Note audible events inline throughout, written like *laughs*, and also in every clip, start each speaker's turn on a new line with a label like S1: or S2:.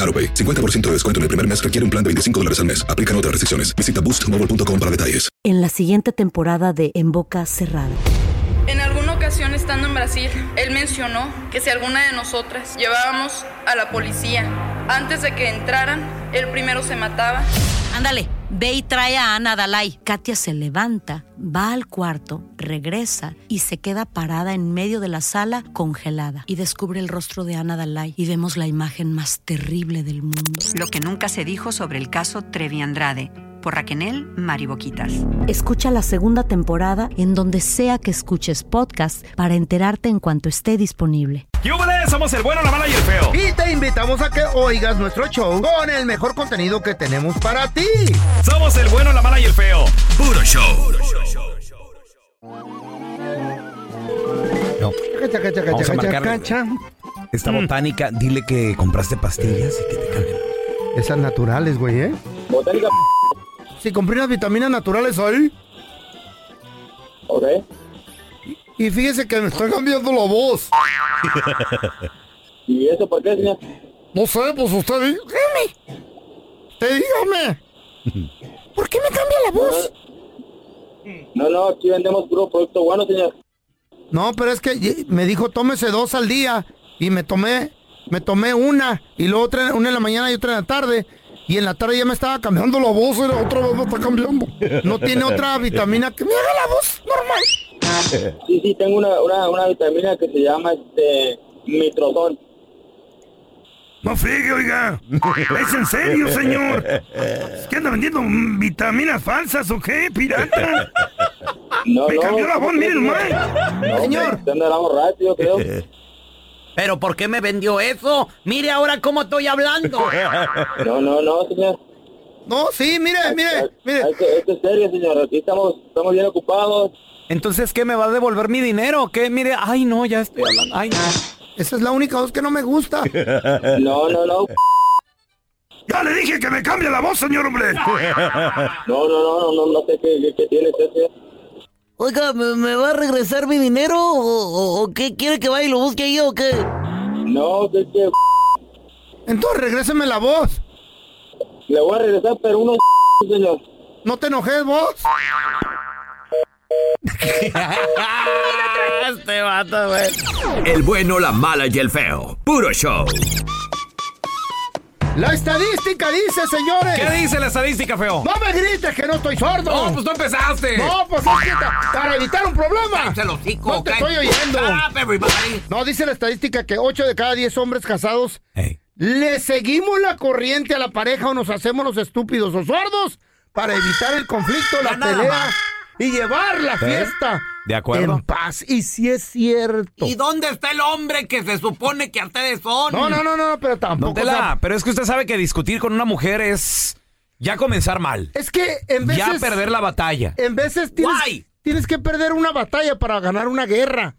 S1: AroPay. 50% de descuento en el primer mes requiere un plan de 25 dólares al mes. Aplican otras restricciones. Visita boostmobile.com para detalles.
S2: En la siguiente temporada de En Boca Cerrada.
S3: En alguna ocasión estando en Brasil, él mencionó que si alguna de nosotras llevábamos a la policía antes de que entraran, él primero se mataba.
S2: Ándale, ve y trae a Ana Dalai. Katia se levanta, va al cuarto, regresa y se queda parada en medio de la sala congelada. Y descubre el rostro de Ana Dalai y vemos la imagen más terrible del mundo.
S4: Lo que nunca se dijo sobre el caso Trevi Andrade. Por Raquenel Mariboquitas.
S2: Escucha la segunda temporada en donde sea que escuches podcast para enterarte en cuanto esté disponible.
S5: ¡Yúbales! Somos el bueno, la mala y el feo.
S6: Y te invitamos a que oigas nuestro show con el mejor contenido que tenemos para ti.
S5: Somos el bueno, la mala y el feo. Puro show.
S6: No. Cacha, cacha, cacha,
S7: Vamos a
S6: cacha,
S7: marcarle.
S6: cacha.
S7: Esta
S6: Mm.
S7: botánica, dile que compraste pastillas y que te calmen.
S6: Esas naturales, güey, ¿eh?
S8: Botánica,
S6: Si compré unas vitaminas naturales hoy.
S8: ok.
S6: Y fíjese que me está cambiando la voz.
S8: ¿Y eso por qué, señor?
S6: No sé, pues usted di- dígame. Te dígame. ¿Por qué me cambia la voz?
S8: No, no, aquí vendemos puro producto bueno, señor.
S6: No, pero es que ye- me dijo tómese dos al día y me tomé, me tomé una y luego otra, una en la mañana y otra en la tarde. Y en la tarde ya me estaba cambiando la voz, era otra vez me está cambiando. No tiene otra vitamina que me haga la voz normal.
S8: Sí, sí, tengo una, una, una vitamina que se llama este mitrozón.
S9: No friegue, oiga. Es en serio, señor. ¿Qué anda vendiendo mm, vitaminas falsas o qué, pirata?
S8: No,
S9: Me
S8: no.
S9: cambió la voz, mire nomás.
S8: No,
S6: Señor.
S8: Usted andará borracho, yo creo. *laughs*
S10: ¿Pero por qué me vendió eso? Mire ahora cómo estoy hablando.
S8: No, no, no, señor.
S6: No, sí, mire, mire, mire.
S8: Hay que- Esto es serio, señor. Aquí estamos, estamos bien ocupados.
S7: Entonces, ¿qué me va a devolver mi dinero? ¿Qué? Mire, ay no, ya estoy hablando. Ay,
S6: Esa es la única voz que no
S7: *laughs*
S6: me gusta.
S8: No, no, no.
S9: Ya le dije que me cambie la voz, señor hombre.
S8: No, no, no, no, no, no sé qué, qué, qué tiene usted, señor.
S10: Oiga, ¿me, me va a regresar mi dinero o, o- o qué? ¿Quiere que vaya y lo busque ahí o qué?
S8: No, es que
S6: Entonces regréseme la voz.
S8: le voy a regresar, pero unos *laughs* señor.
S6: No te enojes
S7: *laughs*
S6: vos.
S10: Este vato, güey.
S5: El bueno, la mala y el feo. Puro show.
S6: La estadística dice, señores.
S7: ¿Qué dice la estadística, feo?
S6: No me grites que no estoy sordo.
S7: No, pues tú empezaste.
S6: No, pues es que ta- para evitar un problema.
S10: Cállate el hocico,
S6: No te
S10: cállate.
S6: estoy oyendo.
S10: Stop, everybody.
S6: No, dice la estadística que 8 de cada 10 hombres casados
S7: Ey.
S6: le seguimos la corriente a la pareja o nos hacemos los estúpidos o sordos para evitar el conflicto, la
S10: Ya nada
S6: pelea
S10: más.
S6: y llevar la fiesta
S7: De acuerdo.
S6: en paz. Y si es cierto.
S10: ¿Y dónde está el hombre que se supone que ustedes son?
S6: No, no, no, no, no, pero tampoco.
S7: Don Tela,
S6: o sea,
S7: pero es que usted sabe que discutir con una mujer es ya comenzar mal.
S6: es que en veces,
S7: ya perder la batalla.
S6: en veces tienes,
S10: Guay.
S6: tienes que perder una batalla para ganar una guerra.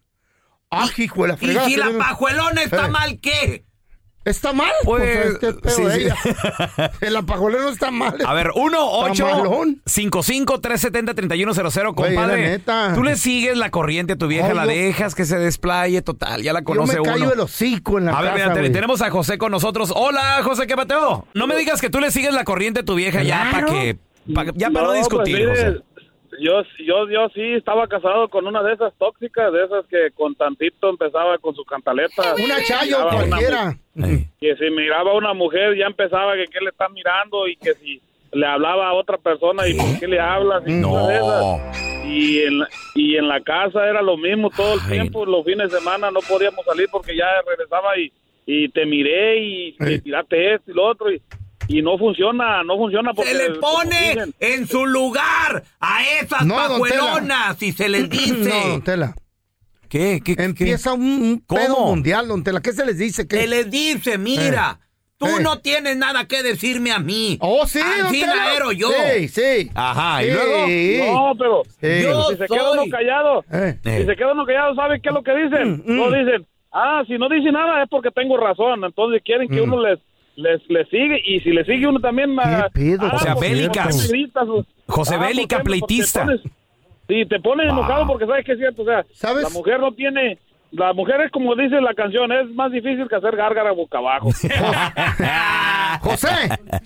S6: Ah, hijo de la
S10: ¿Y
S6: fregada,
S10: si
S6: que
S10: la
S6: no-
S10: pajuelona está
S6: Eh.
S10: mal qué?
S6: ¿Está mal?
S11: Pues,
S6: es que es pedo
S11: sí,
S6: de
S11: sí.
S6: ella.
S7: *laughs*
S6: El apajolero está mal.
S11: A ver, 1 8
S6: Está malón.
S11: 55 370 3100
S6: Güey,
S11: compadre.
S6: la neta.
S11: Tú le sigues la corriente a tu vieja,
S6: Ay,
S11: la
S6: yo-
S11: dejas que se desplaye, total, ya la
S6: Yo me
S11: conoce
S6: callo
S11: uno.
S6: el hocico en la
S11: A ver,
S6: casa,
S11: mira, te-
S6: güey.
S11: tenemos a José con nosotros. Hola, José, ¿qué pateo? No me digas que tú le sigues la corriente a tu vieja ya para que. pa- ya para no,
S12: No,
S11: discutir,
S12: pues, mire,
S11: José.
S12: Yo, yo, yo sí estaba casado con una de esas tóxicas, de esas que con tantito empezaba con su cantaleta.
S6: Una chayo
S12: Miraba una
S6: cualquiera.
S12: que si miraba a una mujer ya empezaba que qué le está mirando y que si le hablaba a otra persona y por qué le hablas y
S11: No.
S12: cosas de esas. y en, la- y en la casa era lo mismo todo el
S11: Ay.
S12: tiempo los fines de semana no podíamos salir porque ya regresaba y, y te miré y te tiraste esto y lo otro y, y no funciona no funciona porque
S13: le
S12: como
S13: pone
S12: dicen,
S13: en su lugar a esas
S6: No, don Tela.
S13: pajuelonas, si
S6: *clears throat*
S13: se les dice.
S6: No, don Tela.
S11: ¿Qué? ¿Qué?
S6: Empieza un, un pedo mundial, don Tela. ¿Qué se les dice? ¿Qué?
S13: Se les dice, mira, tú
S6: Eh.
S13: no tienes nada que decirme a mí.
S6: Oh, sí, don
S13: Así
S6: Tela.
S13: era yo.
S6: Sí, sí.
S11: Ajá,
S6: Sí.
S12: No, pero
S6: Sí.
S12: yo si se
S6: soy.
S12: queda uno callado,
S6: Eh. Mm,
S12: si se queda uno callado, ¿saben qué es lo que dicen? No dicen, ah, si no dice nada es porque tengo razón, entonces quieren que
S11: Mm.
S12: uno les, les, les sigue y si le sigue uno también... ah, ah,
S11: O sea,
S12: ¿por qué
S11: bélicas.
S12: me gritas?
S11: José
S12: ¿por
S11: Bélica,
S12: qué me- Ah, porque
S11: pleitista.
S12: pones- Sí, te pones
S11: Wow.
S12: enojado porque sabes que es cierto, o sea, la mujer no tiene... La mujer es como dice la canción, es más difícil que hacer gárgara boca abajo.
S6: *laughs* José,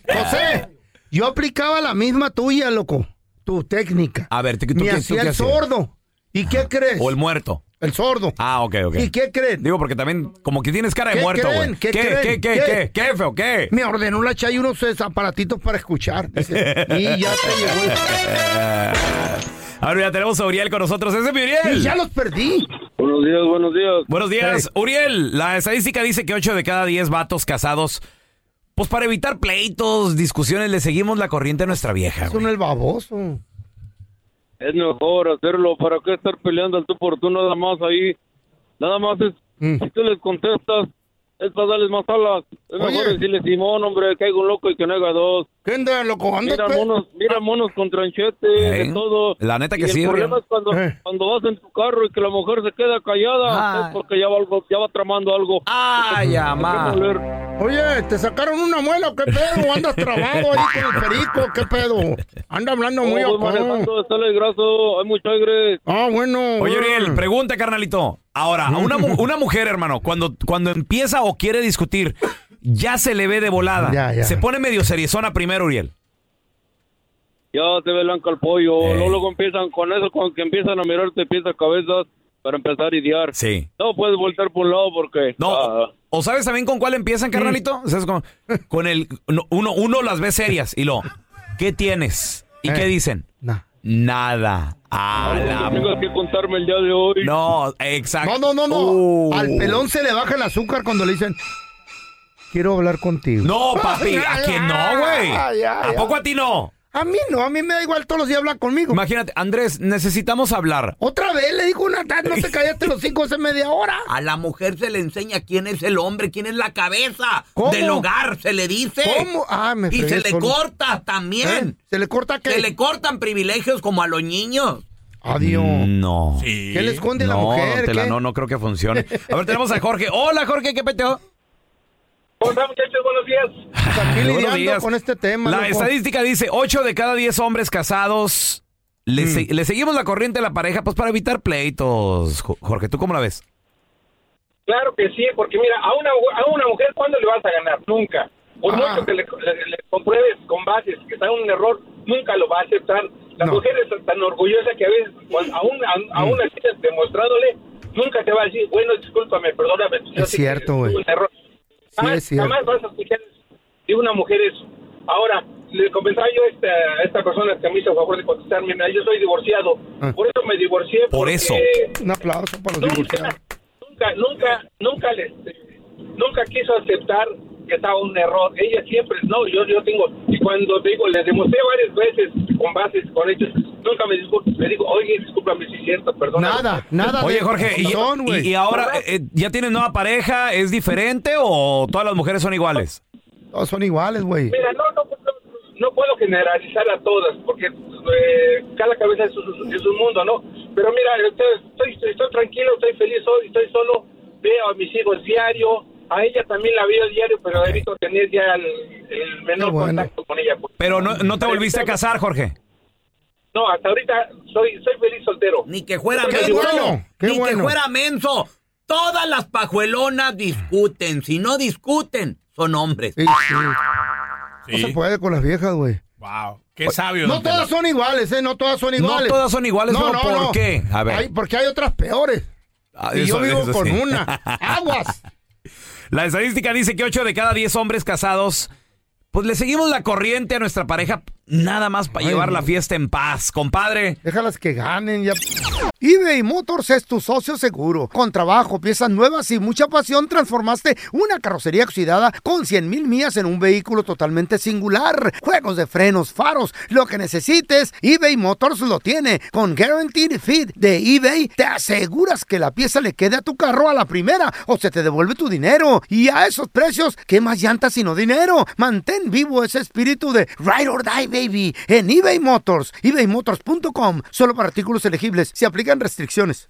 S6: José, yo aplicaba la misma tuya, loco. Tu técnica.
S11: A ver, ¿tú, tú
S6: Me
S11: qué- tú
S6: hacía
S11: qué
S6: el
S11: hacías?
S6: sordo. ¿Y qué crees?
S11: O el muerto.
S6: El sordo.
S11: Ah, ok, ok.
S6: ¿Y qué creen?
S11: Digo, porque también, como que tienes cara de
S6: ¿Qué
S11: muerto,
S6: creen?
S11: güey.
S6: ¿Qué creen?
S11: ¿Qué, qué, qué,
S6: ¿Qué?
S11: qué, qué feo, qué?
S6: Me ordenó la chay unos eh, aparatitos para escuchar. Dice, y ya
S11: *laughs*
S6: te llegó. el-
S11: Ahora ya tenemos a Uriel con nosotros. ¡Ese es mi Uriel!
S6: Y ya los perdí.
S11: Buenos días, buenos días. Buenos días. Uriel, la estadística dice que 8 de cada 10 vatos casados, pues para evitar pleitos, discusiones, le seguimos la corriente a nuestra vieja.
S6: Son el baboso.
S14: Es mejor hacerlo, ¿para qué estar peleando al tú por tú nada más ahí? Nada más es,
S6: Mm.
S14: si tú les contestas, es para darles más alas. Es mejor decirle, Simón, hombre, que hay un loco y que no haga dos.
S6: ¿Qué anda, pues. Ah. loco?
S11: Anda,
S14: mira,
S11: pe-
S14: monos, mira monos con tranchete, de todo.
S11: Eh, La neta que
S14: y
S11: sí,
S14: el problema
S11: Brian.
S14: es cuando,
S6: Eh.
S14: cuando vas en tu carro y que la mujer se queda callada,
S6: Ah.
S14: es porque ya va, algo- ya va tramando algo.
S11: ¡Ay,
S6: amá. Oye, ¿te sacaron una muela o qué pedo? ¿Andas trabado ahí
S14: *laughs*
S6: con el perico? ¿Qué pedo? Anda hablando muy
S14: voy
S6: apagado.
S14: manejando, sale el graso, hay mucho aire.
S6: Ah, bueno.
S11: Oye, Uriel, pregunta, carnalito. Ahora, a
S6: *laughs*
S11: una, mu- una mujer, hermano, cuando, cuando empieza o quiere discutir, ya se le ve de volada.
S14: Ya, ya.
S11: Se pone medio seriezona primero, Uriel.
S14: Ya se ve blanco el pollo. Luego, luego empiezan con eso, con que empiezan a mirarte pies a cabezas para empezar a idear.
S11: Sí.
S14: No puedes voltear por un lado porque.
S11: No.
S14: ah,
S11: ¿O sabes también con cuál empiezan, carnalito? O sea,
S6: *laughs*
S11: es con, con el. no, Uno, uno las ve serias y lo. ¿Qué tienes? ¿Y
S6: Eh,
S11: qué dicen? Nada. A la
S14: tengas que contarme el día de hoy.
S11: No, exacto.
S6: No, no, no, no.
S11: Uh.
S6: Al pelón se le baja el azúcar cuando le dicen, quiero hablar contigo.
S11: No, papi, ¿a
S6: Ay,
S11: que no,
S6: ay,
S11: güey?
S6: ay, ay,
S11: ¿A poco
S6: ay.
S11: a ti no?
S6: A mí no, a mí me da igual todos los días hablar conmigo.
S11: Imagínate, Andrés, necesitamos hablar.
S6: Otra vez le dijo una "Ah, no
S11: *laughs*
S6: te callaste los cinco hace media hora.
S13: A la mujer se le enseña quién es el hombre, quién es la cabeza
S6: ¿Cómo?
S13: del hogar, se le dice.
S6: ¿Cómo? Ah, me
S13: y
S6: fregué
S13: se le
S6: solo. ¿Eh?
S13: corta también.
S6: ¿Se le corta qué?
S13: Se le cortan privilegios como a los niños.
S6: Adiós.
S11: No.
S6: ¿Qué le esconde la
S11: No,
S6: mujer?
S11: don Tela,
S6: ¿Qué?
S11: no, no creo
S6: *laughs*
S11: que funcione. A ver, tenemos a Jorge. Hola, Jorge, ¿qué peteo?
S15: Hola muchachos, buenos días.
S6: Aquí
S11: Buenos
S6: lidiando
S11: días.
S6: con este tema.
S11: La
S6: loco.
S11: estadística dice 8 de cada 10 hombres casados le,
S6: Mm.
S11: se- le seguimos la corriente a la pareja pues para evitar pleitos. Jo- Jorge, ¿tú cómo la ves?
S15: Claro que sí, porque mira, a una, a una mujer, ¿cuándo le vas a ganar? Nunca. Por mucho que le, le- le compruebes con bases que está en un error, nunca lo va a aceptar. La mujer es tan orgullosa que a veces, cuando- aún, a-
S6: Mm.
S15: aún así, demostrándole, nunca te va a decir, bueno, discúlpame, perdóname. pues, yo
S6: Es
S15: sé que
S6: cierto, güey.
S15: tuve un error.
S6: Sí, es
S15: Jamás,
S6: cierto.
S15: jamás vas a escuchar de una mujer eso. Ahora, le comentaba yo a esta, a esta persona que me hizo favor de contestarme, mira, yo soy divorciado,
S6: Ah.
S15: por eso me divorcié.
S11: Por
S15: porque-
S11: eso.
S6: Un aplauso para los divorciados.
S15: nunca, nunca, nunca les, nunca quiso aceptar que estaba un error. Ella siempre, no, yo, yo tengo, y cuando digo, le demostré varias veces con bases, con hechos, nunca me disculpo, le digo, oye, discúlpame si es cierto, perdón.
S6: Nada, nada.
S11: Oye,
S6: de-
S11: Jorge, y,
S6: son,
S11: y-
S6: güey.
S11: y ahora eh, ya tienes nueva pareja, ¿es diferente o todas las mujeres son iguales?
S6: Todos son iguales, güey.
S15: Mira, no, no, no- no puedo generalizar a todas, porque eh, cada cabeza es, un- es un mundo, ¿no? Pero mira, este, estoy, estoy, estoy tranquilo, estoy feliz hoy, estoy solo, veo a mis hijos diario, a ella también la veo diario, pero evito tener ya el, el menor contacto con ella. pues.
S13: Pero no, no te volviste a casar, Jorge.
S15: No, hasta ahorita soy, soy feliz soltero.
S11: Ni que fuera
S13: Qué
S11: menso.
S13: bueno, qué
S11: ni que
S13: bueno.
S11: fuera menso. Todas las pajuelonas discuten. Si no discuten, son hombres.
S6: No se puede con las viejas, güey.
S11: Wow.
S6: Qué sabio. No todas son iguales, ¿eh? No todas son
S13: No
S6: iguales.
S13: todas son iguales, pero ¿por qué?
S6: A
S13: A
S6: ver.
S13: ver.
S6: porque hay otras peores.
S13: Ah,
S6: y yo
S13: eso-
S6: vivo
S13: eso
S6: con
S13: sí.
S6: una.
S13: *laughs*
S6: Aguas. *laughs*
S13: La estadística dice que 8 de cada 10 hombres casados, pues le seguimos la corriente a nuestra pareja nada más para llevar la fiesta en paz, compadre.
S6: Déjalas que ganen ya. eBay Motors es tu socio seguro. Con trabajo, piezas nuevas y mucha pasión, transformaste una carrocería oxidada con 100 mil millas en un vehículo totalmente singular. Juegos de frenos, faros, lo que necesites, eBay Motors lo tiene. Con Guaranteed Fit de eBay, te aseguras que la pieza le quede a tu carro a la primera o se te devuelve tu dinero. Y a esos precios, ¿qué más llantas sino dinero? Mantén vivo ese espíritu de Ride or Die, baby, en eBay Motors. ebaymotors.com. Solo para artículos elegibles. Se aplican restricciones.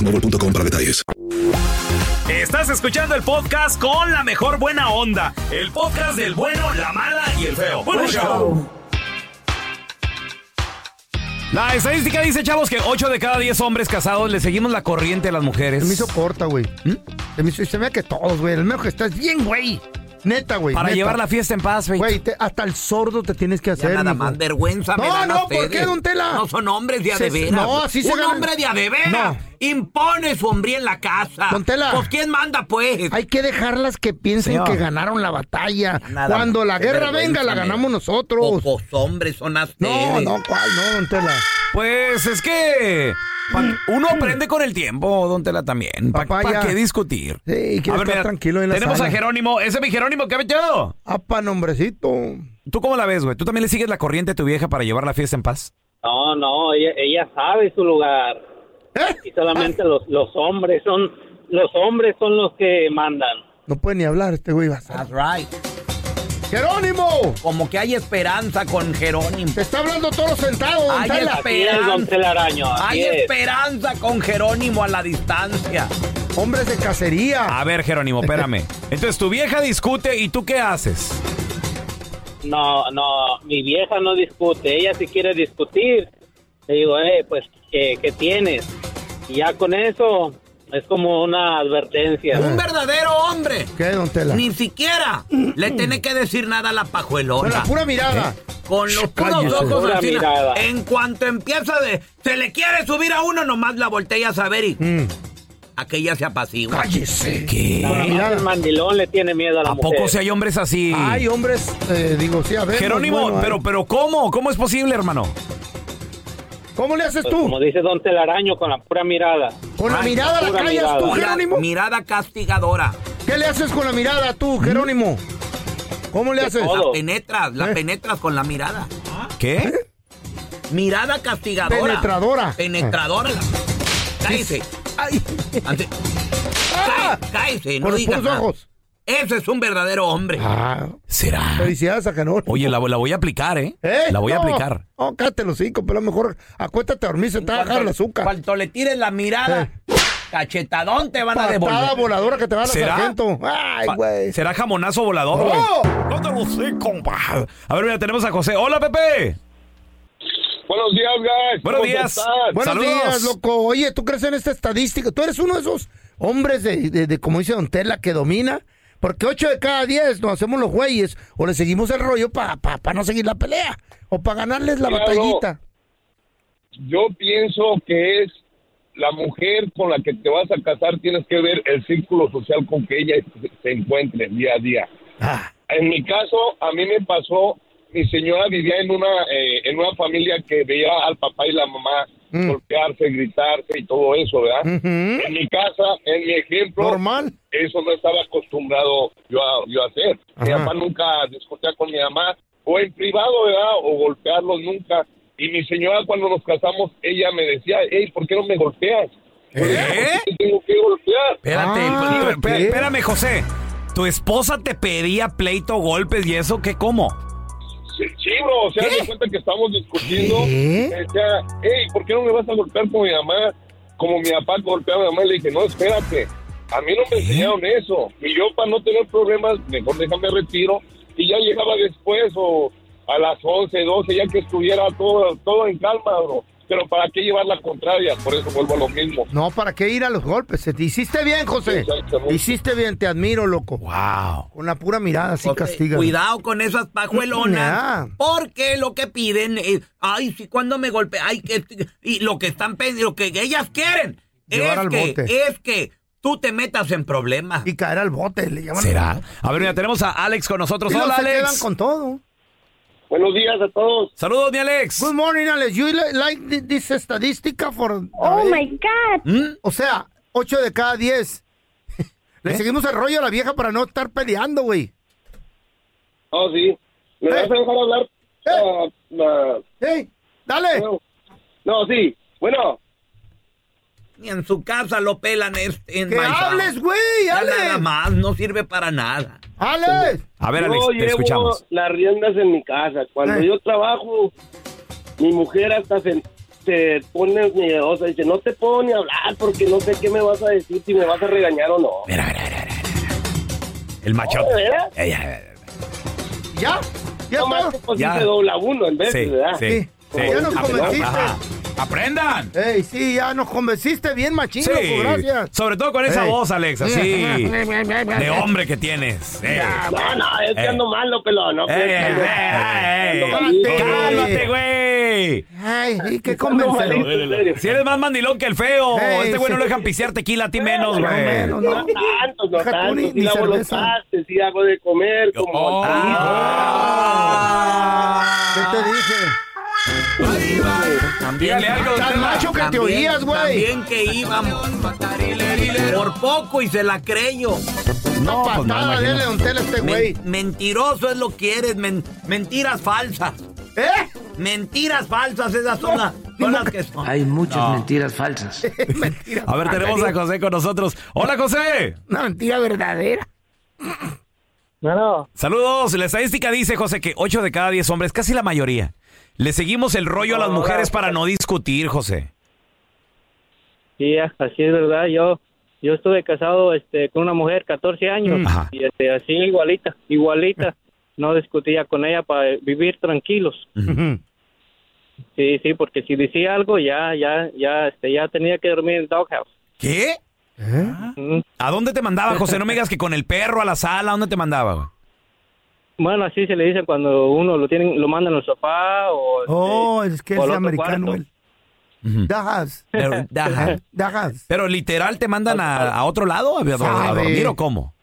S1: para detalles.
S3: Estás escuchando el podcast con la mejor buena onda. El podcast del bueno, la mala y el feo. Bueno, show.
S13: La estadística dice, chavos, que 8 de cada 10 hombres casados le seguimos la corriente a las mujeres.
S6: Se me hizo corta, güey. Se me hizo, se me da que todos, güey. El mejor que estás bien, güey. Neta, güey.
S13: Para
S6: neta.
S13: llevar la fiesta en paz, güey.
S6: Güey, te- hasta el sordo te tienes que hacer.
S11: nada
S6: mijo.
S11: más vergüenza me
S6: No,
S11: dan a
S6: no, ¿por
S11: ustedes.
S6: qué, don Tela?
S11: No son hombres de a
S6: Se-
S11: de veras.
S6: no, así se
S11: Un
S6: ganan-
S11: hombre de a de veras
S6: No.
S11: impone su hombría en la casa.
S6: Don Tela.
S11: Pues quién manda, pues.
S6: Hay que dejarlas que piensen
S11: Señor.
S6: que ganaron la batalla.
S11: Nada
S6: Cuando
S11: más,
S6: la
S11: qué
S6: guerra venga,
S11: vergüenza
S6: la
S11: me-
S6: ganamos nosotros.
S11: Pocos hombres son así.
S6: No, no, ¿cuál? No, don Tela. Mm.
S13: Pues es que pa- uno aprende con el tiempo, don Tela, también. ¿Para
S6: Papá, ya.
S13: qué discutir?
S6: Sí, quiero
S13: A
S6: estar
S13: ver, mira,
S6: tranquilo en la
S13: Tenemos
S6: sala.
S13: a Jerónimo. Ese es mi Jerónimo, ¿qué ha metido?
S6: Apa, nombrecito.
S13: ¿Tú cómo la ves, güey? ¿Tú también le sigues la corriente a tu vieja para llevar la fiesta en paz?
S16: No, no, ella, ella sabe su lugar.
S6: ¿Eh?
S16: Y solamente los, los hombres son los hombres son los que mandan.
S6: No puede ni hablar este güey. va a ser.
S11: That's right.
S6: ¡Jerónimo!
S11: Como que hay esperanza con Jerónimo.
S6: Te está hablando todo sentado, don
S11: Hay
S6: Tela.
S11: esperanza.
S16: don Telaraño, así
S11: Hay
S16: es.
S11: esperanza con Jerónimo a la distancia.
S6: Hombres de cacería.
S13: A ver, Jerónimo, espérame. Entonces tu vieja discute y tú qué haces?
S16: No, no, mi vieja no discute, ella si quiere discutir. Le digo, eh, pues, ¿qué, qué tienes? Y ya con eso es como una advertencia.
S11: Un verdadero hombre.
S6: ¿Qué, don Tela?
S11: Ni siquiera le tiene que decir nada a la pajuelona. ¿Eh?
S6: Con la pura mirada.
S11: Con los puros
S6: cállese.
S11: ojos
S6: Pura
S11: así,
S6: mirada.
S11: En cuanto empieza de. Se le quiere subir a uno, nomás la voltea a saber y. Aquella se apacigua.
S6: Mm. ¡Cállese!
S13: ¿Qué?
S16: Nada más el mandilón le tiene miedo a la
S13: ¿A
S16: mujer.
S13: poco si hay hombres así?
S6: Hay hombres, eh, digo, sí, a ver.
S13: Jerónimo,
S6: bueno,
S13: pero,
S6: hay.
S13: pero ¿cómo? ¿Cómo es posible, hermano?
S6: ¿Cómo le haces
S16: Pues,
S6: tú?
S16: Como dice Don Telaraño, con la pura mirada.
S6: Con la mirada la
S16: pura
S6: callas
S16: mirada.
S6: tú,
S16: Mira-
S6: Jerónimo.
S11: Mirada castigadora.
S6: ¿Qué le haces con la mirada tú,
S11: ¿Mm?
S6: Jerónimo? ¿Cómo le haces? ¿Eh?
S11: La penetras, la penetras con la mirada.
S13: ¿Qué?
S11: Mirada castigadora.
S6: Penetradora. Ah.
S11: Penetradora. Cállese. Ante- Cállese, cállese, no
S6: Con Ah. los
S11: digas
S6: puros
S11: nada.
S6: ojos.
S11: Ese es un verdadero hombre.
S6: Ah,
S13: ¿Será?
S6: Felicidades a Jerónimo.
S13: Oye, la, la voy a aplicar, ¿eh?
S6: ¿Eh?
S13: La voy a
S6: No.
S13: aplicar.
S6: No, cállate los cinco, pero a lo mejor acuéstate a dormir, se te va a bajar el azúcar. Eh.
S11: Cuanto le tires la mirada, cachetadón te van a
S6: Patada
S11: devolver.
S6: voladora que te va a dar
S13: ¿Será?
S6: sargento. Ay,
S13: Pa-
S6: güey.
S13: ¿Será jamonazo volador, güey? No te ¡Oh! lo sé, compa. A ver, mira, tenemos a José. Hola, Pepe.
S17: Buenos días, guys.
S13: Buenos
S17: ¿Cómo
S13: días.
S17: estás?
S6: Buenos
S13: Saludos.
S6: días, loco. Oye, ¿tú crees en esta estadística? Tú eres uno de esos hombres de, de- de, como dice Don Tela, que domina. Porque 8 de cada 10 nos hacemos los güeyes o le seguimos el rollo para no seguir la pelea o para ganarles la
S18: Claro.
S6: batallita.
S18: Yo pienso que es la mujer con la que te vas a casar, tienes que ver el círculo social con que ella se- se encuentre día a día.
S11: Ah,
S18: En mi caso, a mí me pasó, mi señora vivía en una, eh, en una familia que veía al papá y la mamá
S6: Mm.
S18: golpearse, gritarse y todo eso, ¿verdad?
S6: Ujú.
S18: En mi casa, en mi ejemplo,
S6: Normal.
S18: eso no estaba acostumbrado yo a, yo a hacer. Mi
S6: Ajá.
S18: papá nunca discutía con mi mamá, o en privado, ¿verdad? O golpearlos nunca. Y mi señora, cuando nos casamos, ella me decía, hey, ¿por qué no me golpeas?
S6: ¿Eh?
S18: ¿Por qué te tengo que golpear?
S11: Espérate,
S6: Ah,
S11: espérame, espérame, José. ¿Tu esposa te pedía pleito, golpes y eso? ¿Qué, cómo?
S18: Sí, sí, bro, o sea, me cuenta que estamos discutiendo. Me decía, hey, ¿por qué no me vas a golpear como mi mamá? Como mi papá golpeaba a mi mamá, le dije, no, espérate. A mí no me enseñaron eso. Y yo, para no tener problemas, mejor déjame retiro. Y ya llegaba después o a las 11, 12, ya que estuviera todo, todo en calma, bro. Pero ¿para qué llevar la contraria? Por eso vuelvo a lo mismo.
S6: No, ¿para qué ir a los golpes? Te hiciste bien, José. Te hiciste bien, te admiro, loco.
S11: Wow.
S6: Con la pura mirada, así castiga.
S19: Cuidado con esas pajuelonas.
S6: Ya.
S19: Porque lo que piden es, ay, si cuando me golpea, ay, que y lo que están pidiendo, lo que ellas quieren
S11: Llevar
S19: es
S11: al
S19: que,
S11: bote.
S19: es que tú te metas en problemas.
S6: Y caer al bote, le llaman.
S11: ¿Será? A ver, mira, tenemos a Alex con nosotros.
S6: Y no
S11: Hola,
S6: se
S11: Alex.
S6: quedan con todo.
S11: Buenos días a todos. Saludos, mi Alex.
S6: Good morning, Alex. You li- like thi- this estadística for... Oh, my
S20: God.
S11: ¿Mm?
S6: O sea, 8 de cada
S11: *laughs*
S6: 10.
S11: ¿Eh?
S6: Le seguimos el rollo a la vieja para no estar peleando, güey. Eh.
S18: Oh, sí. ¿Me vas a dejar hablar? Ah,
S6: ¡Ey! ¡Dale!
S18: No, no, sí. Bueno.
S19: Ni en su casa lo pelan este en
S18: ¡Que
S19: Maizal.
S18: hables, güey,
S19: Ya
S18: Alex!
S19: Nada más, no sirve para nada.
S6: ¡Alex!
S11: A ver, Alex,
S19: te
S11: te
S19: escucho.
S11: escuchamos.
S8: las riendas en mi casa. Cuando
S9: Eh.
S8: yo trabajo, mi mujer hasta se, se pone miedosa. Dice, no te puedo ni hablar porque no sé qué me vas a decir, si me vas a regañar o no.
S11: El machote.
S8: Oh, ¿de veras?
S11: Ey, ey, ey.
S6: ¿Ya? ¿Ya
S8: Nomás que, pues, sí
S11: Ya.
S8: se dobla uno en vez,
S11: Sí,
S8: ¿verdad?
S11: sí, sí.
S6: Ya nos
S11: Ajá.
S6: convenciste.
S11: Ajá. ¡Aprendan!
S6: ¡Ey, sí! Ya nos convenciste bien, machín,
S11: Sí.
S6: loco, gracias.
S11: Sobre todo con esa
S6: Ey.
S11: voz, Alex,
S6: *laughs*
S11: así. de hombre que tienes. Ey.
S8: No, no, es que
S11: Ey.
S8: ando malo, pelón. No,
S11: Ey, ey, ey, ey. ¡Cálmate, güey!
S6: Ay, y qué
S11: Convéncelo.
S6: convencedor.
S11: Si eres más mandilón que el feo,
S6: Ey,
S11: este güey no
S6: sí.
S11: lo dejan pisear tequila a ti menos, güey.
S6: menos, no.
S8: tanto, no
S6: Jacuni,
S8: tanto. Sí
S6: ni
S8: lavo los
S6: cerveza.
S8: trastes, sí hago de comer, como...
S6: Ah. ¿Qué te dije?
S19: También
S6: Dígale algo, Tan Tela. macho que te
S19: También-
S6: oías, güey.
S19: También que íbamos. Por poco y se la creyó.
S6: No, Una pues no, patada, imagínate. dele, don Tela, este güey.
S19: mentiroso es lo que eres. men- mentiras falsas.
S6: ¿Eh?
S19: Mentiras falsas, esas son, las- son las que son.
S5: Hay muchas mentiras falsas.
S6: *laughs*
S11: A ver, tenemos a José con nosotros. ¡Hola, José!
S6: Una mentira verdadera.
S11: Saludos. La estadística dice, José, que 8 de cada 10 hombres, casi la mayoría, le seguimos el rollo a las mujeres para no discutir, José.
S16: Sí, así es verdad. Yo yo estuve casado este con una mujer 14 años
S11: Ajá.
S16: y este así igualita, igualita. No discutía con ella para vivir tranquilos. Sí, sí, porque si decía algo ya ya ya este ya tenía que dormir en el doghouse.
S11: ¿Qué? Mm. ¿A dónde te mandaba, José? No me digas que con el perro a la sala, ¿a dónde te mandaba? güey?
S16: Bueno, así se le dice cuando uno lo tienen lo mandan al sofá o este,
S6: Oh, es que
S16: o
S6: es
S16: al otro
S6: americano.
S16: cuarto.
S6: él. Dajas.
S11: Pero, ajá.
S6: Dajas.
S11: Pero literal, ¿te mandan a, a otro lado a, a- a dormir o cómo?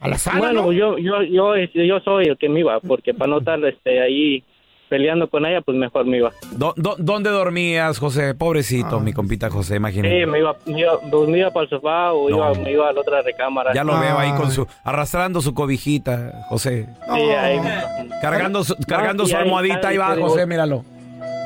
S6: A la sala,
S16: Bueno,
S6: ¿no?
S16: yo, yo, yo, este, yo soy el que me iba, porque para no estar este, ahí peleando con ella, pues mejor me iba.
S11: ¿Dó- dó- ¿Dónde dormías, José? Pobrecito, mi compita José, imagínate.
S16: Sí, me iba, me iba, pues, me iba para el sofá o
S11: No.
S16: iba, me iba a la otra recámara.
S11: Ya lo veo ahí con su arrastrando su cobijita, José.
S16: Sí, ahí.
S11: Cargando su,
S16: No,
S11: cargando
S16: sí,
S11: su
S16: ahí
S11: almohadita
S16: está,
S11: ahí va,
S16: te digo.
S11: José, míralo.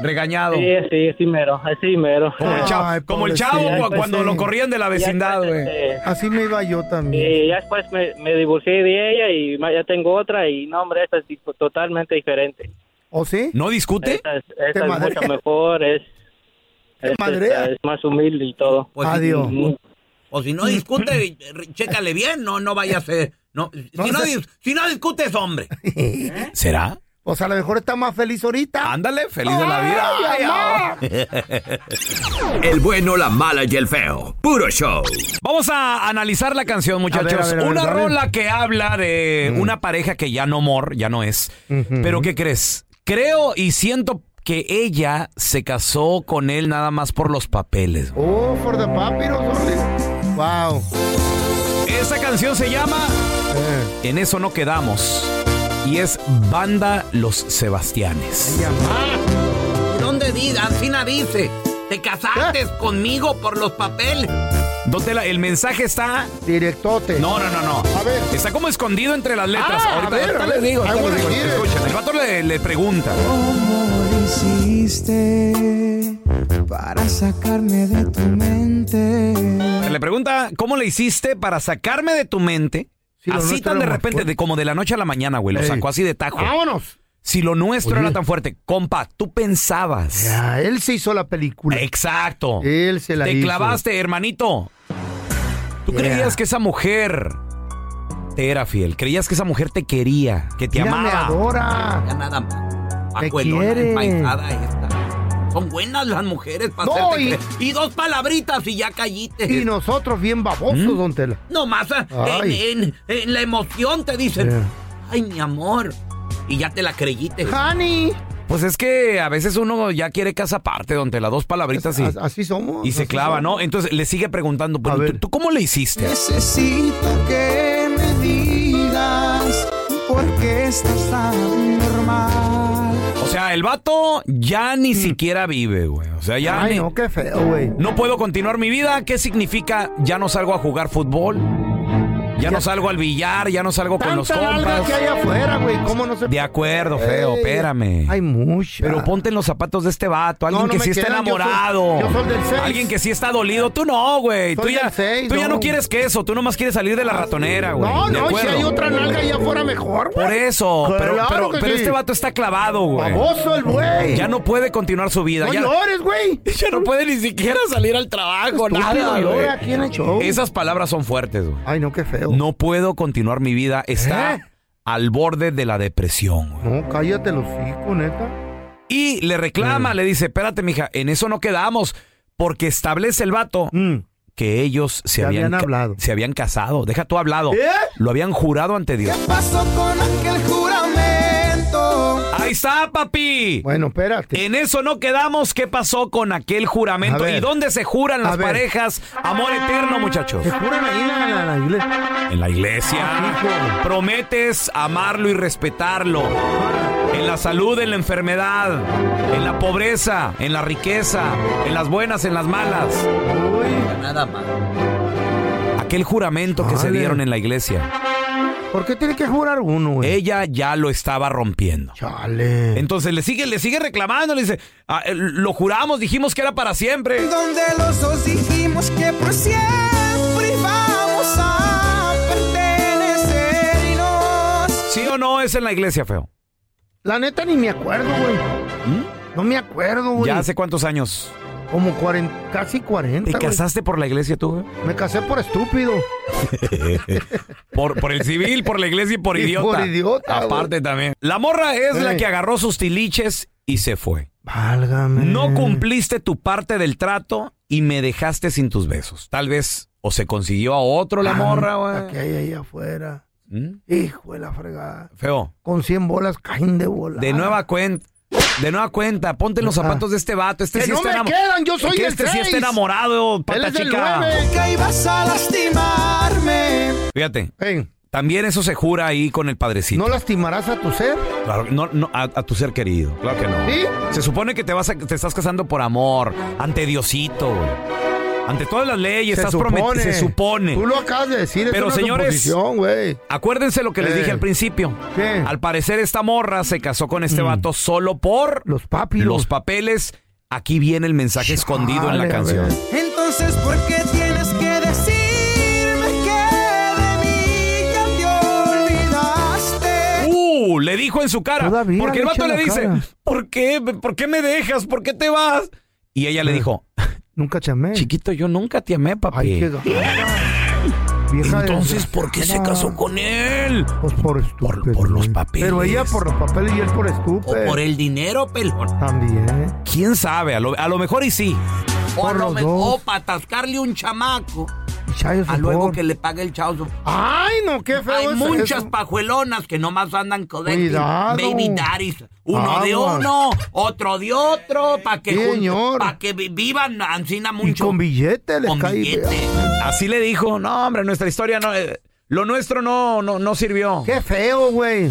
S11: Regañado.
S16: Sí, sí, sí, mero, así mero.
S11: Como el chavo, como el chavo
S16: Ya
S11: cu-
S16: después,
S11: cuando
S16: sí.
S11: lo corrían de la
S16: Ya
S11: vecindad,
S16: después,
S11: güey.
S16: este,
S6: Así me iba yo también.
S16: Sí, ya después me, me divorcié de ella y ma- ya tengo otra y no, hombre, esta es di- totalmente diferente.
S6: ¿O sí? *laughs*
S11: ¿No discute?
S16: Esta es,
S6: Te
S16: esta es
S6: madrea.
S16: mucho mejor, es, es,
S6: madrea.
S16: es más humilde y todo.
S19: Pues,
S6: Adiós.
S16: Ujú.
S19: O si no discute, re- chécale bien, no, no vaya a ser. No, si, no, dis- si no discutes, hombre.
S11: ¿Será?
S6: O sea, a lo mejor está más feliz ahorita.
S21: Ándale, feliz de la vida.
S6: Ay, amor.
S21: El bueno, la mala y el feo. Puro show.
S11: Vamos a analizar la canción, muchachos.
S21: A ver, a ver, a ver,
S11: una
S21: dale. Mm.
S11: rola que habla de una pareja que ya no mor, ya no es. Pero ¿qué crees? Creo y siento que ella se casó con él nada más por los papeles.
S6: Oh, for the papyrus, órale. Wow.
S11: Esa canción se llama
S21: Eh.
S11: En eso no quedamos. Y es Banda Los Sebastianes.
S13: ¿Y ¿Dónde dice? Ancina dice. Te casaste
S21: Ah.
S13: conmigo por los papeles.
S11: Dotela, el mensaje está.
S6: Directote.
S11: No, no, no, no. Está como escondido entre las letras.
S21: Ah,
S11: ahorita
S21: a ver,
S11: ahorita
S21: a ver,
S11: les digo. ahorita
S21: I wanna
S11: les digo.
S21: hear it.
S11: Escuchen, El vato le, le pregunta.
S19: ¿Cómo lo hiciste para sacarme de tu mente?
S11: Le pregunta, ¿cómo le hiciste para sacarme de tu mente?
S19: lo
S11: así
S19: nuestro
S11: tan de
S19: era más
S11: repente, de, como de la noche a la mañana, güey. Lo
S6: Ey.
S11: sacó así de tajo.
S6: Vámonos.
S11: Si lo nuestro
S6: Oye.
S11: era tan fuerte, compa, tú pensabas.
S6: Ya, él se hizo la película.
S11: Exacto.
S6: Él se la
S11: Te
S6: hizo.
S11: clavaste, este hermanito. Tú
S6: Yeah.
S11: creías que esa mujer te era fiel. Creías que esa mujer te quería, que te
S6: Mira, me
S11: amaba. Ah,
S6: adora.
S13: Ya nada más. Pajuelona,
S11: quiere.
S13: empaizada esta. Son buenas las mujeres para
S6: No,
S13: hacerte
S6: y-
S13: creer. y... dos palabritas y ya callite.
S6: Y nosotros bien babosos,
S11: ¿Mm?
S6: don Tela.
S13: Nomás ah,
S6: Ay.
S13: en, en- en la emoción te dicen,
S6: Yeah.
S13: ay, mi amor. Y ya te la creyiste.
S6: Honey.
S11: Pues es que a veces uno ya quiere casa aparte, donde las dos palabritas y,
S6: así somos.
S11: y se clava, ¿no? Entonces le sigue preguntando, pero ¿tú, tú cómo le hiciste?
S19: Necesito que me digas por qué estás tan normal.
S11: O sea, el vato ya ni siquiera vive, güey. O sea, ya.
S6: Mm. Ay,
S11: ni-
S6: no, qué feo, güey.
S11: No puedo continuar mi vida. ¿Qué significa? Ya no salgo a jugar fútbol. Ya no salgo al billar, ya no salgo con los
S6: Tanta nalga
S11: compas.
S6: que hay afuera, güey. ¿Cómo no se
S11: De acuerdo, feo,
S6: Ey,
S11: espérame.
S6: Hay mucha.
S11: Pero ponte en los zapatos de este vato, alguien
S6: no
S11: que
S6: me
S11: sí está
S6: quedan, yo soy-
S11: enamorado.
S6: yo soy del seis.
S11: Alguien que sí está dolido. Tú no, güey. Tú,
S6: Soy
S11: ya,
S6: del seis,
S11: tú ya no
S6: no. Ah,
S11: quieres que eso. Tú nomás quieres salir de la ratonera, güey.
S6: No,
S11: ¿De
S6: no, si
S11: acuerdo?
S6: hay otra nalga allá afuera mejor, güey.
S11: Por eso, pero,
S6: Claro
S11: pero-
S6: que
S11: pero
S6: sí.
S11: este vato está clavado, güey.
S6: Baboso el güey.
S11: Ya no puede continuar su vida.
S6: No
S11: ya,
S6: llores, güey.
S11: *laughs* ya no puede ni siquiera salir al trabajo,
S6: Estúpido,
S11: nada,
S6: llora
S11: güey.
S6: aquí en el show.
S11: Esas palabras son fuertes, güey.
S6: Ay, no, qué feo.
S11: No puedo continuar mi vida. Está
S6: ¿Eh?
S11: al borde de la depresión, güey.
S6: No, cállate los hijos, neta.
S11: Y le reclama, le dice, espérate, mija, en eso no quedamos, porque establece el vato que ellos se, habían,
S6: Mm. habían
S11: ca- Se habían casado. Deja tú hablado. Lo habían jurado ante Dios.
S19: Pasó con aquel juramento.
S11: Ahí está, papi.
S6: Ah. Bueno, espérate.
S11: En eso no quedamos. ¿Qué pasó con aquel
S6: A
S11: juramento?
S6: ver.
S11: ¿Y dónde se juran
S6: A
S11: las
S6: ver.
S11: parejas? Amor eterno, muchachos.
S6: Se juran ahí en la, en la iglesia.
S11: En la iglesia. Prometes amarlo y respetarlo. En la salud, en la enfermedad, en la pobreza, en la riqueza, en las buenas, en las malas.
S13: Nada más.
S11: Aquel juramento que se
S6: Chale.
S11: dieron en la iglesia.
S6: ¿Por qué tiene que jurar uno, güey?
S11: Ella ya lo estaba rompiendo.
S6: Chale.
S11: Entonces le sigue, le sigue reclamando, le dice, "Ah, eh, lo juramos, dijimos que era para siempre.
S19: Donde los dos dijimos que por siempre íbamos a pertenecernos.
S11: ¿Sí o no es en la iglesia, feo?
S6: La neta ni me acuerdo, güey. No me acuerdo, güey.
S11: ¿Mm? ¿Ya hace cuántos años?
S6: Como 40, casi 40.
S11: ¿Te
S6: güey.
S11: casaste por la iglesia tú? feo?
S6: Me casé por estúpido.
S11: Por, por el civil, por la iglesia y por
S6: Y
S11: idiota.
S6: por idiota, Eh.
S11: Aparte también. La morra es la
S6: Ey.
S11: que agarró sus tiliches y se fue.
S6: Válgame.
S11: No cumpliste tu parte del trato y me dejaste sin tus besos. Tal vez o se consiguió a otro
S6: Ah.
S11: la morra, güey.
S6: Que hay ahí afuera.
S11: ¿Mm?
S6: Hijo de la fregada.
S11: Feo.
S6: Con 100 bolas caen de bola.
S11: De nueva cuenta. De nueva cuenta, ponte en los zapatos de este vato. Este
S6: Que
S11: sí
S6: no
S11: está
S6: me
S11: enamo-
S6: quedan, yo soy
S11: que
S6: del
S11: Este sí está
S6: seis.
S11: enamorado,
S6: Él
S11: pata
S6: es del
S11: chica.
S6: nueve.
S19: Que ibas a lastimarme.
S11: Fíjate.
S6: Ey.
S11: También eso se jura ahí con el padrecito.
S6: ¿No lastimarás a tu ser?
S11: Claro, no, no, a, a tu ser querido. Claro que no.
S6: ¿Sí?
S11: Se supone que te vas a- te estás casando por amor, ante Diosito, güey. ante todas las leyes,
S6: se
S11: estás
S6: supone.
S11: prometido. Se supone.
S6: Tú lo acabas de decir.
S11: Pero,
S6: es una
S11: señores,
S6: suposición, güey.
S11: Acuérdense lo que les
S6: Eh.
S11: dije al principio. Al parecer esta morra se casó con
S6: Mm.
S11: este vato solo por los los papeles. Aquí viene el mensaje escondido en la
S6: a
S11: canción.
S19: Entonces, ¿por qué tienes que decirme que de mí ya te olvidaste?
S11: Uh, le dijo en su cara. porque
S6: le
S11: el vato
S6: echa
S11: le
S6: la
S11: dice,
S6: cara.
S11: ¿por qué? ¿Por qué me dejas? ¿Por qué te vas?
S6: Eh,
S11: Y ella le dijo, "Eh,
S6: Nunca te amé.
S11: Chiquito, yo nunca te amé, papi.
S6: Ay, qué gacho. vieja de-
S22: Entonces, ¿por qué se
S6: Ah.
S22: casó con él?
S6: Pues por estúpido. Por,
S22: los papeles.
S6: Pero ella por los papeles y él por
S13: O
S6: estúpido.
S13: por el dinero, pelón.
S6: También.
S11: ¿Quién sabe? A lo, a lo mejor y sí.
S13: O, a
S6: Por
S13: lo
S6: los
S13: me-
S6: dos.
S13: o para atascarle un chamaco.
S6: Chayo,
S13: A luego
S6: favor.
S13: que le pague el chavo.
S6: Ay, no, qué feo
S13: Hay
S6: es
S13: muchas
S6: eso.
S13: pajuelonas que nomás andan collecting
S6: Cuidado.
S13: baby daddies. Uno de
S6: Aguas.
S13: uno, otro de otro, para que,
S6: Sí,
S13: jun-
S6: señor.
S13: pa' que vi- vivan ancina mucho.
S6: Con billete les
S13: Con
S6: cae.
S13: billete.
S11: Así le dijo, no, hombre, nuestra historia no. eh, lo nuestro no, no, no sirvió.
S6: Qué feo, güey.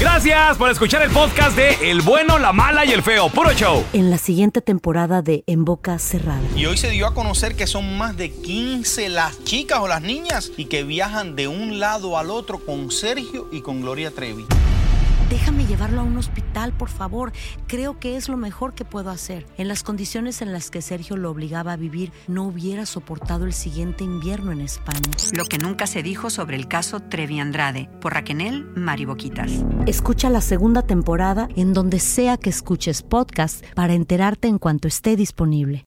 S5: Gracias por escuchar el podcast de El bueno, la mala y el feo. Puro show.
S2: En la siguiente temporada de En Boca Cerrada.
S3: Y hoy se dio a conocer que son más de 15 las chicas o las niñas y que viajan de un lado al otro con Sergio y con Gloria Trevi.
S2: Déjame llevarlo a un hospital, por favor. Creo que es lo mejor que puedo hacer. En las condiciones en las que Sergio lo obligaba a vivir, no hubiera soportado el siguiente invierno en España.
S4: Lo que nunca se dijo sobre el caso Trevi Andrade por Raquel Mariboquitas.
S2: Escucha la segunda temporada en donde sea que escuches podcast para enterarte en cuanto esté disponible.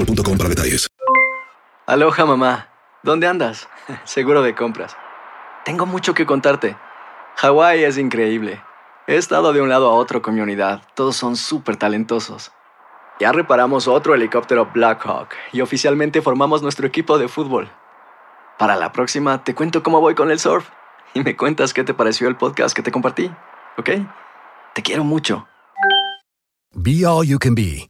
S1: para detalles.
S23: Aloha mamá, ¿dónde andas? *laughs* Seguro de compras. Tengo mucho que contarte. Hawái es increíble. He estado de un lado a otro con mi unidad, todos son súper talentosos. Ya reparamos otro helicóptero Blackhawk y oficialmente formamos nuestro equipo de fútbol. Para la próxima te cuento cómo voy con el surf y me cuentas qué te pareció el podcast que te compartí, ¿ok? Te quiero mucho.
S24: Be All You Can Be,